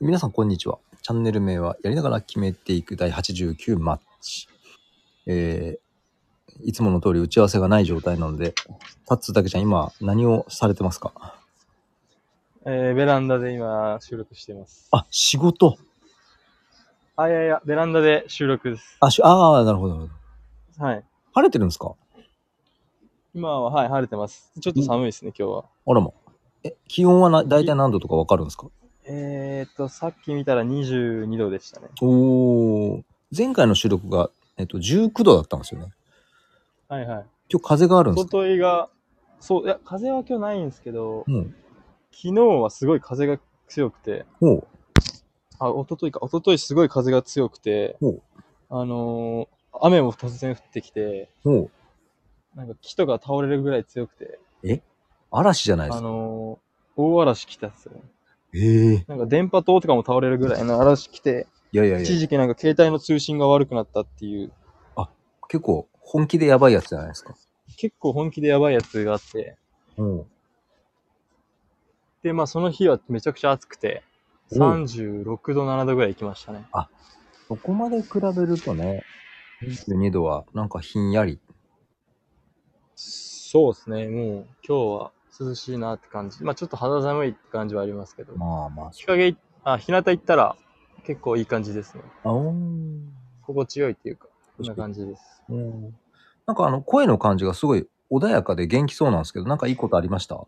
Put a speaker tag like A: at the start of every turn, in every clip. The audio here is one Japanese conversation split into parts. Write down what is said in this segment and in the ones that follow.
A: 皆さん、こんにちは。チャンネル名は、やりながら決めていく第89マッチ。えー、いつもの通り打ち合わせがない状態なので、タッツだけちゃん、今、何をされてますか
B: えー、ベランダで今、収録しています。
A: あ、仕事。
B: あ、いやいや、ベランダで収録です。
A: あ、しあー、なるほど、なるほど。
B: はい。
A: 晴れてるんですか
B: 今は、はい、晴れてます。ちょっと寒いですね、今日は。
A: あらま。え、気温はな、大体何度とかわかるんですか
B: えーっと、さっき見たら22度でしたね。
A: おー。前回の収録が、えっと、19度だったんですよね。
B: はいはい。
A: 今日風があるんで
B: お
A: すか
B: とといが、そう、いや、風は今日ないんですけど、
A: もうん、
B: 昨日はすごい風が強くて、
A: もう、
B: あ、おとといか、おとといすごい風が強くて
A: ほう、
B: あのー雨も突然降ってきて、
A: もう、
B: なんか木とか倒れるぐらい強くて、
A: 嵐じゃないで
B: あ
A: すか。
B: のー大嵐来たっすよね。
A: へえー。
B: なんか電波塔とかも倒れるぐらいの嵐来て、
A: いやいやいや
B: 一。時期なんか携帯の通信が悪くなったっていう、
A: 結構本気でやばいやつじゃないですか。
B: 結構本気でやばいやつがあって、
A: うん。
B: で、まあその日はめちゃくちゃ暑くて、
A: おう
B: 36度、7度ぐらい行きましたね。
A: そこまで比べるとね、22度はなんかひんやり。
B: そうですね、もう今日は涼しいなって感じ。まあちょっと肌寒いって感じはありますけど、
A: まあまあ。
B: 日陰い、あ、日向行ったら結構いい感じですね。
A: あおー
B: 心地よいっていうか、こんな感じです。
A: うんなんかあの声の感じがすごい穏やかで元気そうなんですけど、なんかいいことありました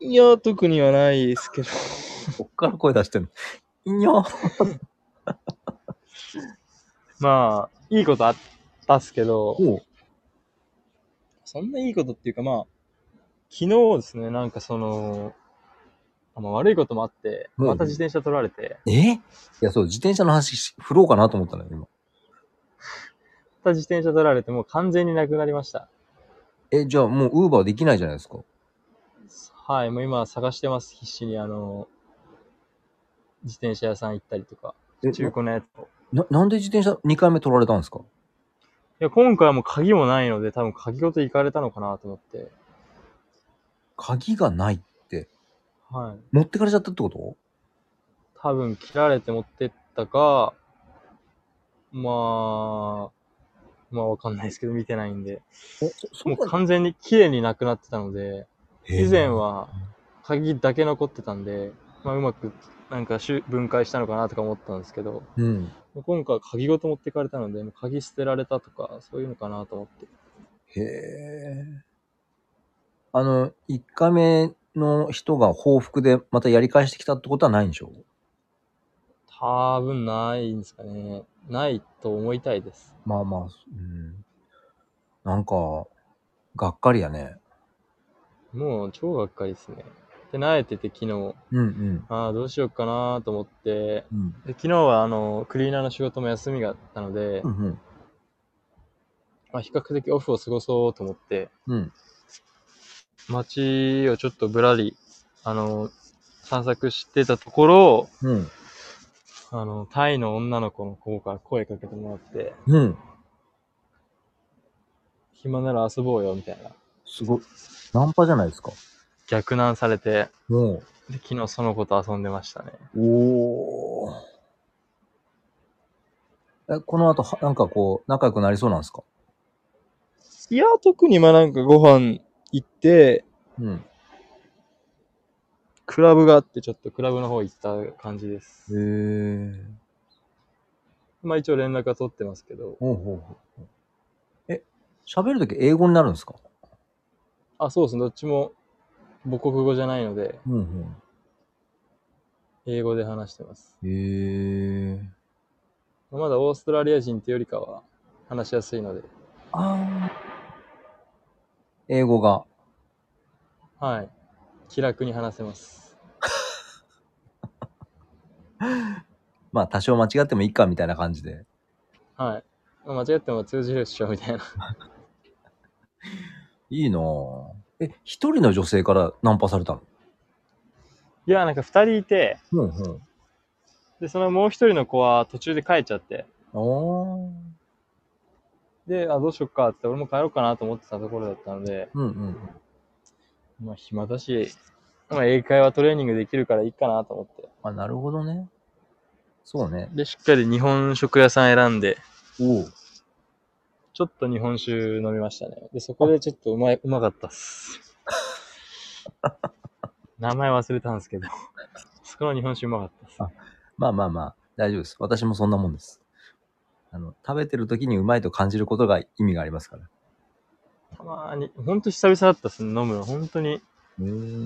B: いや、特にはないですけど。
A: こっから声出してるの。いにょ
B: まあ、いいことあったっすけど、
A: おう
B: そんないいことっていうか、まあ、昨日ですね、なんかその、あまあ、悪いこともあって、
A: うん
B: また自転車取られて、
A: えいや、そう、自転車の話し振ろうかなと思ったのよ、今。
B: また自転車取られて、もう完全になくなりました。
A: え、じゃあもうウーバーできないじゃないですか。
B: はい、もう今探してます、必死に、あの、自転車屋さん行ったりとか、
A: え
B: 中古のやつを。
A: ななんで自転車2回目取られたんですか
B: いや、今回はもう鍵もないので、多分鍵ごと行かれたのかなと思って、
A: 鍵がないって。
B: はい。
A: 持ってかれちゃったってこと
B: 多分切られて持ってったか、まあ、まあわかんないですけど、見てないんで。
A: え、そ、そ
B: も
A: ん
B: う
A: な
B: 完全に綺麗になくなってたので、以前。は
A: うん
B: 鍵だけ残ってたんで、まあ、うまくなんかしゅ分解したのかなとか思ったんですけど、
A: へーうん。
B: 今回は鍵ごと持ってかれたので、もう鍵捨てられたとか、そういうのかなと思って。
A: へえ。あの、1回目の人が報復でまたやり返してきたってことはないんでしょ
B: 多分ないんですかね。ないと思いたいです。
A: まあまあ、うん。なんか、がっかりやね。
B: もう超がっかりですね。で、慣れてて昨日、
A: うんうん。
B: ああ、どうしようかなと思って、
A: うん。
B: で昨日はあの、クリーナーの仕事も休みがあったので、
A: うんうん。
B: まあ、比較的オフを過ごそうと思って、
A: うん。
B: 街をちょっとぶらり、あの、散策してたところ、
A: うん。
B: あの、タイの女の子の方から声かけてもらって、
A: うん。
B: 暇なら遊ぼうよ、みたいな。
A: すごい。ナンパじゃないですか。
B: 逆難されて、
A: も
B: で昨日その子と遊んでましたね。
A: う。おお。え、この後は、なんかこう、仲良くなりそうなんですか
B: いや、特にまあなんかご飯行って、
A: うん。
B: クラブがあって、ちょっとクラブの方行った感じです。
A: へえ。
B: まあ一応連絡は取ってますけど、
A: ほうほうほう。え、喋るとき英語になるんですか
B: あ、そうですね、どっちも母国語じゃないので、
A: うんうん。
B: 英語で話してます。
A: へえ。
B: まだオーストラリア人ってよりかは話しやすいので、
A: ああ。英語が。
B: はい。気楽に話せます。
A: まあ、多少間違ってもいいか、みたいな感じで。
B: はい。間違っても通じるっしょ、みたいな。
A: いいなぁ。え、一人の女性からナンパされたの
B: いや、なんか二人いて、
A: うんうん。
B: で、そのもう一人の子は途中で帰っちゃって、
A: おー。
B: で、あ、どうしよっかって、俺も帰ろうかなと思ってたところだったので、
A: うんうん。
B: まあ暇だし、まあ、英会話トレーニングできるからいいかなと思って。
A: あ、なるほどね。そうね。
B: で、しっかり日本食屋さん選んで、
A: おう
B: ちょっと日本酒飲みましたね。で、そこでちょっとうまい、うまかったっ す。名前忘れたんですけど、そこの日本酒うまかったっす。
A: まあまあまあ、大丈夫です。私もそんなもんです。あの、食べてる時にうまいと感じることが意味がありますから。
B: たまーに、ほんと久々だったっすね、飲むの。ほんとに、
A: う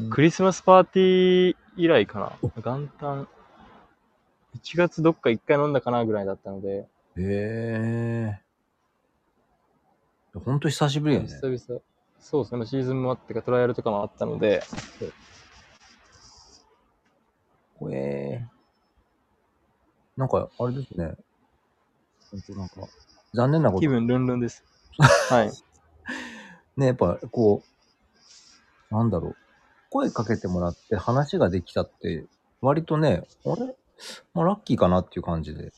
A: ん
B: クリスマスパーティー以来かな。元旦、1月どっか1回飲んだかなぐらいだったので、
A: へえ。ほんと久しぶりよね。
B: 久々、そうですね、シーズンもあってか、トライアルとかもあったので、
A: ほえー。なんか、あれですね。ほんとなんか、残念なこと
B: 気分ルンル ンです。はい。
A: ね、やっぱこう、なんだろう、声かけてもらって話ができたって、割とね、あれまあラッキーかなっていう感じで。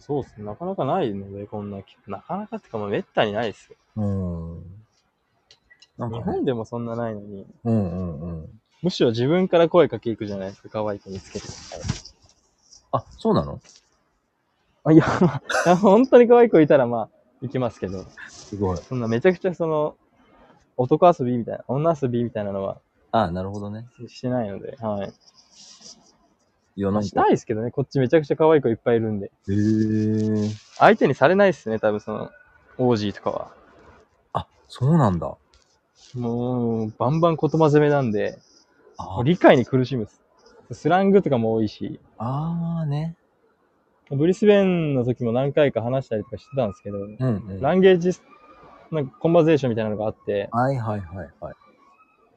B: そうですね、なかなかないので、こんな機会、なかなかってか、まあ、めったにないですよ。
A: うーん。なん
B: 日
A: か、ね
B: 本、でもそんなないのに、
A: うんうんうん。
B: むしろ自分から声かけいくじゃないですか、可愛い子見つけて。
A: あ、そうなの
B: あいや、まあ、 本当に可愛い子いたら、まあ、行きますけど、
A: すごい。
B: そんなめちゃくちゃその、男遊びみたいな、女遊びみたいなのは
A: あなるほどね。
B: してないので、はい。
A: いや、
B: ま
A: な
B: あ
A: ん
B: し
A: か
B: た。いですけどね、こっちめちゃくちゃ可愛い子いっぱいいるんで。
A: へえ。
B: 相手にされないですね、多分その、オージーとかは。
A: あ、そうなんだ。
B: もう、バンバン言葉攻めなんで、
A: あ
B: 理解に苦しむっす。スラングとかも多いし、
A: あーね。
B: ブリスベンの時も何回か話したりとかしてたんですけど、
A: うん、うん。は
B: ランゲージ、なんかコンバゼーションみたいなのがあって、
A: いはいはいはい。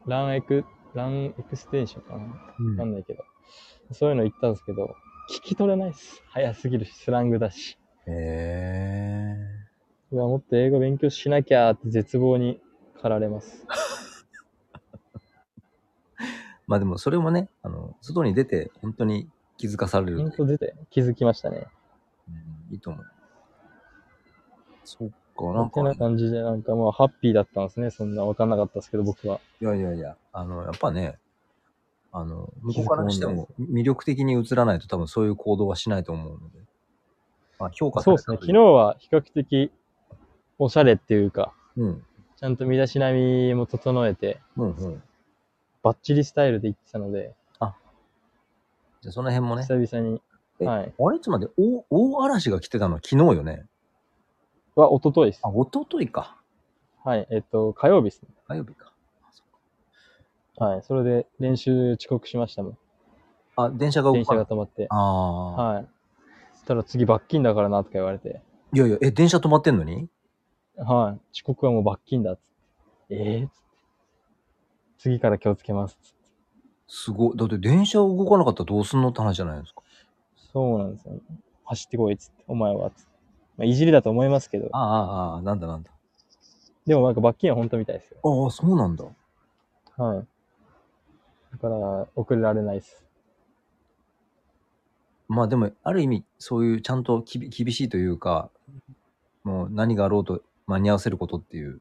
B: ランエク、ランエクステンションかな
A: う
B: わか
A: ん、
B: んないけど。そういうの言ったんですけど、聞き取れないっす。早すぎるし、スラングだし。
A: へえ。
B: うわ、もっと英語勉強しなきゃーって絶望に駆られます。
A: まあでもそれもね、あの、外に出て本当に気づかされるとい
B: ほ
A: うんか
B: と出て気づきましたね。
A: うんいいと思う。そっか、な
B: なんんてな
A: か、
B: 感じで、なんかまあハッピーだったんですね。そんなわかんなかったですけど、僕は。
A: いやいやいや、あの、やっぱね、あの、向
B: 気
A: こ
B: づ
A: う
B: く
A: からしても魅力的に映らないと多分そういう行動はしないと思うので。まあ、評価さ
B: そう
A: れ
B: ですね。
A: たと
B: 昨
A: い
B: 日は比較的おしゃれっていうか、
A: うん、
B: ちゃんと身だしなみも整えて、
A: うん、うん。
B: バッチリスタイルで行ってたので、
A: じゃあその辺もね。
B: 久々に。
A: えあ
B: はい。
A: れちょっと待って、大、大嵐が来てたのは昨日よね。
B: は、一昨日です
A: あ、。一昨日か。
B: はい。えっと、火曜日ですね。
A: 火曜日か。
B: はい。それで練習遅刻しましたもん。
A: あ、電車が動
B: 電車
A: かな
B: が
A: い。
B: 止まって。
A: ああ、
B: はい。そしたら次罰金だからなとか言われて。
A: い。やいや、え、電車止まってんのに
B: はい。遅刻はもう罰金だっつって。ええー、つって。次から気をつけますっつって。
A: すごい。だって電車動かなかったらどうすんのって話じゃないですか。
B: そうなんですよ、ね。走ってこいっつって。お前はっつって。まあ、いじりだと思いますけど。
A: ああ、ああ、なんだなんだ。
B: でもなんか罰金は本当みたいですよ。
A: ああ、そうなんだ。
B: はい。だから、遅れられないです。
A: まあでも、ある意味、そういうちゃんときび厳しいというか、もう何があろうと間に合わせることっていう、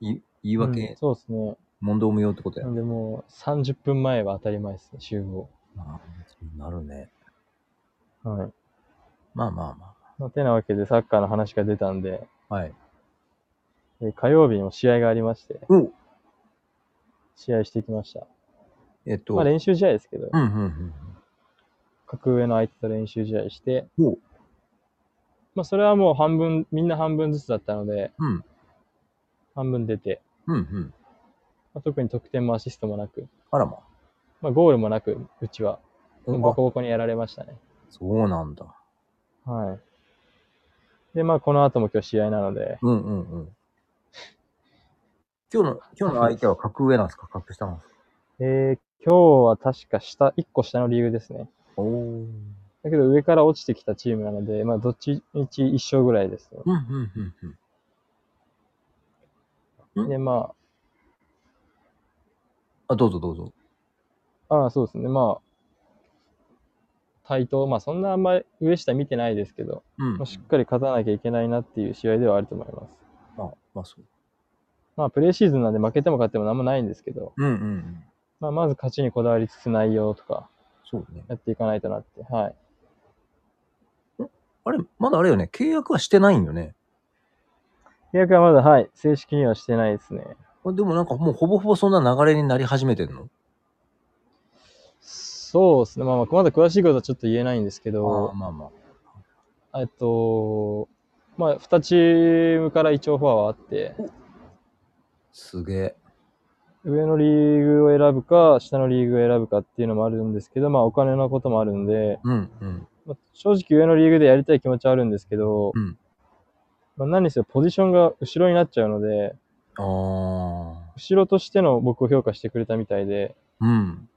A: い言い訳、
B: うんそうですね。
A: 問答無用ってことや
B: な。んでもう30分前は当たり前ですね、集合。
A: ああそうなるね。
B: はい。
A: まあまあま
B: まあ、てなわけでサッカーの話が出たんで、
A: あ。はい。
B: で火曜日にも試合がありまして、
A: お
B: 試合してきました。
A: えっと、
B: まあ練習試合ですけど、
A: うんうんうん。
B: 格上の相手と練習試合して、
A: おう
B: まあそれはもう半分、みんな半分ずつだったので、
A: うん。
B: 半分出て、
A: うんうん。
B: まあ、特に得点もアシストもなく、
A: あらま。
B: まあゴールもなく、うちは、ボコボコにやられましたね。
A: そうなんだ。
B: はい。で、まあこの後も今日試合なので、
A: うんうんうん。今日の、今日の相手は格上なんですか格下なんですか
B: えー、今日は確か下、1個下の理由ですね。
A: おお。うん
B: だけど上から落ちてきたチームなので、まあどっちみち1勝ぐらいですね。
A: うんうんうん。うん
B: で、ま
A: あ、どうぞどうぞ。
B: あ、ああそうですね、まあ、対等、まあそんなあんまり上下見てないですけど、
A: うん。
B: まあ、しっかり勝たなきゃいけないなっていう試合ではあると思います。
A: まあ、まあそう。
B: まあプレーシーズンなんで負けても勝ってもなんもないんですけど、
A: うんうんうん。
B: まあ、まず勝ちにこだわりつつ内容とか
A: そうね。
B: やっていかないとなって。はい。
A: あれ、まだあれよね。契約はしてないんよね。
B: 契約はまだ、はい、正式にはしてないですね。
A: あでもなんかもうほぼほぼそんな流れになり始めてんの
B: そうですね。まあ、まあまだ詳しいことはちょっと言えないんですけど、
A: まあまあ。
B: えっと、まあ、2チームから一応フォアはあって、
A: すげえ。
B: 上のリーグを選ぶか、下のリーグを選ぶかっていうのもあるんですけど、まあ、お金のこともあるんで、
A: うんうん。
B: まあ正直上のリーグでやりたい気持ちはあるんですけど、
A: うん
B: まあ、何せポジションが後ろになっちゃうので、
A: ああ。
B: 後ろとしての僕を評価してくれたみたいで、
A: うん。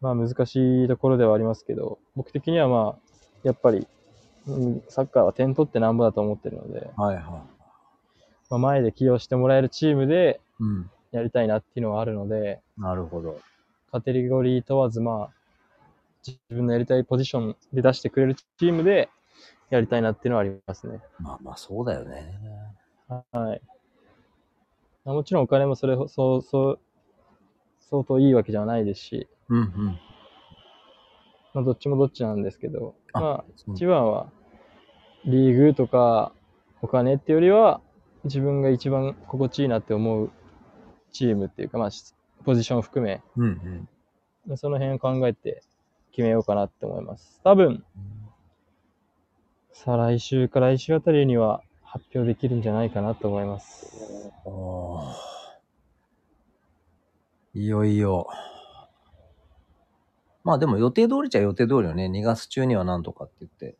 B: まあ難しいところではありますけど、僕的にはまあ、やっぱり、うんサッカーは点取ってなんぼだと思ってるので、
A: はいはい。
B: まあ、前で起用してもらえるチームで
A: うん。
B: やりたいなっていうのはあるので、
A: なるほど。
B: カテゴリー問わず、まあ、自分のやりたいポジションで出してくれるチームでやりたいなっていうのはありますね。
A: まあまあそうだよね。
B: はい。まあもちろんお金もそれほ、そう、そう、相当いいわけじゃないですし、
A: うんうん。
B: まあ、どっちもどっちなんですけど、
A: あ
B: まあ、
A: そう
B: 一番は、リーグとかお金っていうよりは、自分が一番心地いいなって思うチームっていうか、まあ、しポジションを含め、
A: うんうん。
B: その辺を考えて決めようかなって思います。多分、再来週か来週あたりには発表できるんじゃないかなと思います。
A: おーいよいよ。まあでも予定通りじゃ予定通りよね。2月中にはなんとかって言って。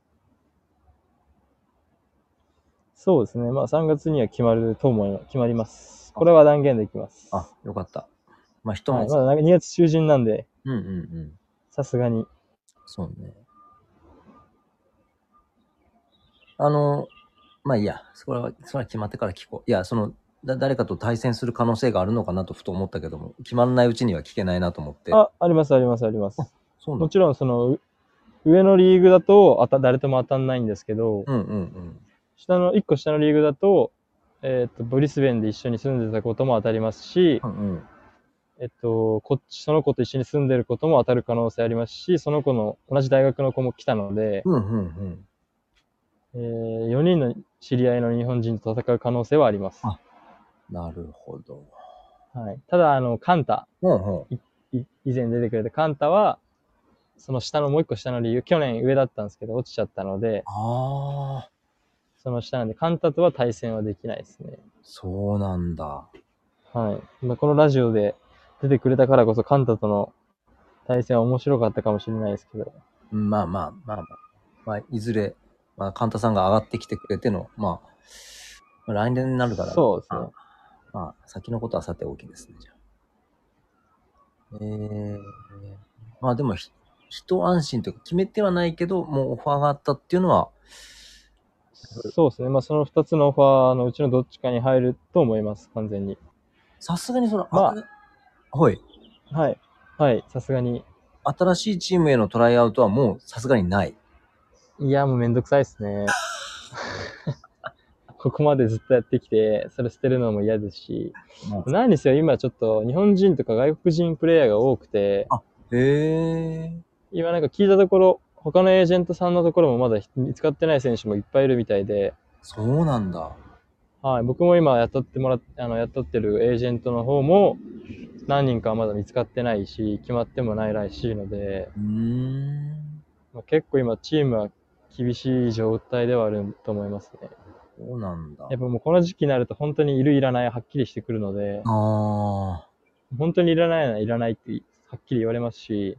B: そうですね。まあ3月には決まると思います。決まります。これは断言できます。
A: あ、よかった。まあ人
B: は
A: も、
B: い、まだ2月中旬なんで、
A: うんうんうん。
B: さすがに。
A: そうね。あの、まあいいや、それは、それは決まってから聞こう。いや、その、だ誰かと対戦する可能性があるのかなとふと思ったけども、決まらないうちには聞けないなと思って。
B: あ、あります、あります、あります。
A: そうな
B: も
A: の
B: ちろん、その、う上のリーグだと当た誰とも当たんないんですけど、
A: うんうんうん。
B: 下の、1個下のリーグだと、えっ、と、ブリスベンで一緒に住んでたことも当たりますし、
A: うんうん。
B: えっと、こっち、その子と一緒に住んでることも当たる可能性ありますし、その子の同じ大学の子も来たので、
A: うんうんうん。
B: えー、4人の知り合いの日本人と戦う可能性はあります。
A: あなるほど。
B: はい、ただ、あの、カンタ、
A: うんうん。
B: い以前出てくれたカンタは、その下のもう一個下の理由、去年上だったんですけど、落ちちゃったので、
A: ああ、
B: その下なんで、カンタとは対戦はできないですね。
A: そうなんだ。
B: はい。まあ、このラジオで出てくれたからこそ、カンタとの対戦は面白かったかもしれないですけど、
A: うんまあまあまあまあ、まあ、いずれ、まあ、カンタさんが上がってきてくれての、まあ、まあ来年になるから、
B: そうですね。
A: まあ、先のことはさておきですね、じゃあ。えー、まあでもひ、一安心というか、決めてはないけど、もうオファーがあったっていうのは、
B: そうですね、まあ、その2つのオファーのうちのどっちかに入ると思います、完全に。
A: さすがにその、
B: まあ
A: あ、はい、
B: はい、はい、さすがに。
A: 新しいチームへのトライアウトはもうさすがにない。
B: いや、もうめんどくさいですね。ここまでずっとやってきて、それ捨てるのも嫌ですし、
A: も
B: 何にせよ今ちょっと日本人とか外国人プレイヤーが多くて、
A: うへえ。
B: 今なんか聞いたところ、他のエージェントさんのところもまだ見つかってない選手もいっぱいいるみたいで、
A: そうなんだ。
B: はい、僕も今雇ってもらっあの雇ってるエージェントの方も何人かはまだ見つかってないし、決まってもないらしいので、
A: うーん。
B: まあ、結構今チームは厳しい状態ではあると思いますね。
A: そうなんだ。
B: やっぱもうこの時期になると本当にいるいらないはっきりしてくるので、
A: ああ、
B: 本当にいらないならいらないってはっきり言われますし、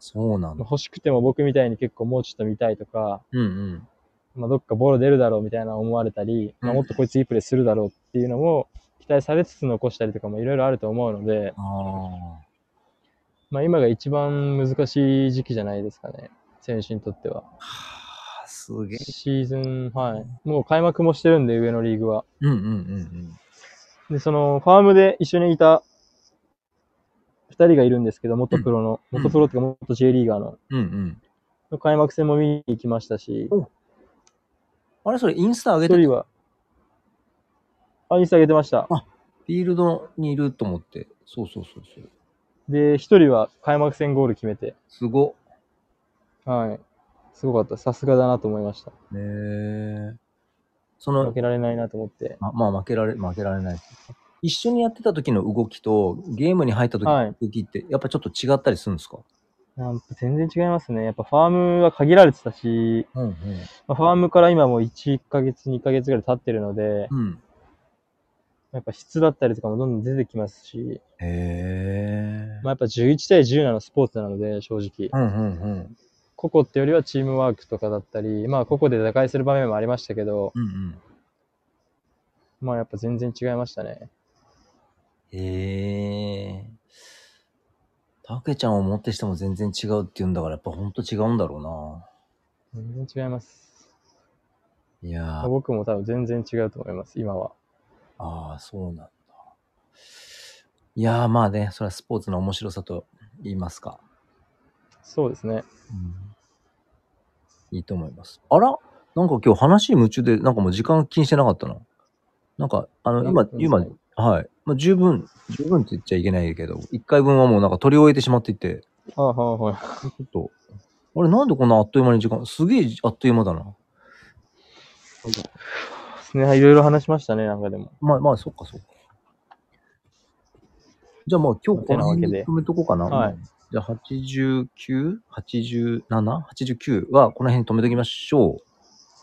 A: そうなん
B: ま
A: だ
B: あ。欲しくても僕みたいに結構もうちょっと見たいとか、
A: うんうん。
B: まあ、どっかボロ出るだろうみたいな思われたり、まあ、もっとこいついいプレーするだろうっていうのも期待されつつ残したりとかもいろいろあると思うので、
A: あ
B: まあ、今が一番難しい時期じゃないですかね、選手にとっては。
A: あ、すげえ。
B: シーズン、はい。もう開幕もしてるんで、上のリーグは。
A: うんうんうん
B: で、その、ファームで一緒にいた二人がいるんですけど、元プロの、
A: うん
B: 元プロっていうか元 J リーガーの、
A: うん。うんうん。
B: の開幕戦も見に行きましたし、
A: あれ、それインスタ上げ
B: 一
A: て
B: 人は、あ、インスタ上げてました。
A: あフィールドにいると思って。そうそうそうそう。
B: で、一人は開幕戦ゴール決めて、
A: すご
B: はい。すごかった。さすがだなと思いました。
A: っ。ねえ。そ
B: 負
A: の、
B: けられないなと思って。
A: ままあ負けられ、負けられない。一緒にやってた時の動きと、ゲームに入った時
B: は
A: の
B: い
A: 動きって、やっぱちょっと違ったりするんですか、
B: なんか全然違いますね。やっぱファームは限られてたし、
A: うんうん。
B: まあファームから今もう1ヶ月、2ヶ月ぐらい経ってるので、
A: うん。
B: やっぱ質だったりとかもどんどん出てきますし、
A: へえ。
B: まあ、やっぱ11対10なのスポーツなので、正直。
A: うんうんうん。
B: 個々ってよりはチームワークとかだったり、まあ、個々で打開する場面もありましたけど、
A: うんうん。
B: まあ、やっぱ全然違いましたね。
A: へえ。たけちゃんをもってしても全然違うって言うんだから、やっぱほんと違うんだろう
B: 全然違います。
A: な。いやー。
B: 僕も多分全然違うと思います、今は。
A: ああ、そうなんだ。いやーまあね、それはスポーツの面白さと言いますか。
B: そうですね。
A: いいと思います。あらなんか今日話夢中で、なんかもう時間気にしてなかったな。なんか、あの、今、今、はい。まあ、十分、十分って言っちゃいけないけど、一回分はもうなんか取り終えてしまっていて、
B: はいはいはい。
A: ちょっと、あれなんでこんなあっという間に時間、すげえあっという間だな。
B: そうです ね。いろいろ話しましたね、なんかでも。
A: まあまあ、そっかそっか。じゃあまあ今日この辺
B: てなわけで
A: で止めとこうかな。
B: はい
A: じゃあ 89?87?89 はこの辺に止めときましょ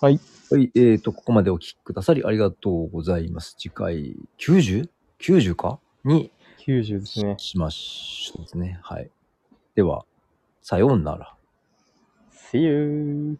A: う。
B: はい。
A: はい。えーと、ここまでお聞きくださりありがとうございます。次回 90?90 かに
B: 90ですね。
A: しましょうですね。はい。では、さようなら。
B: See you!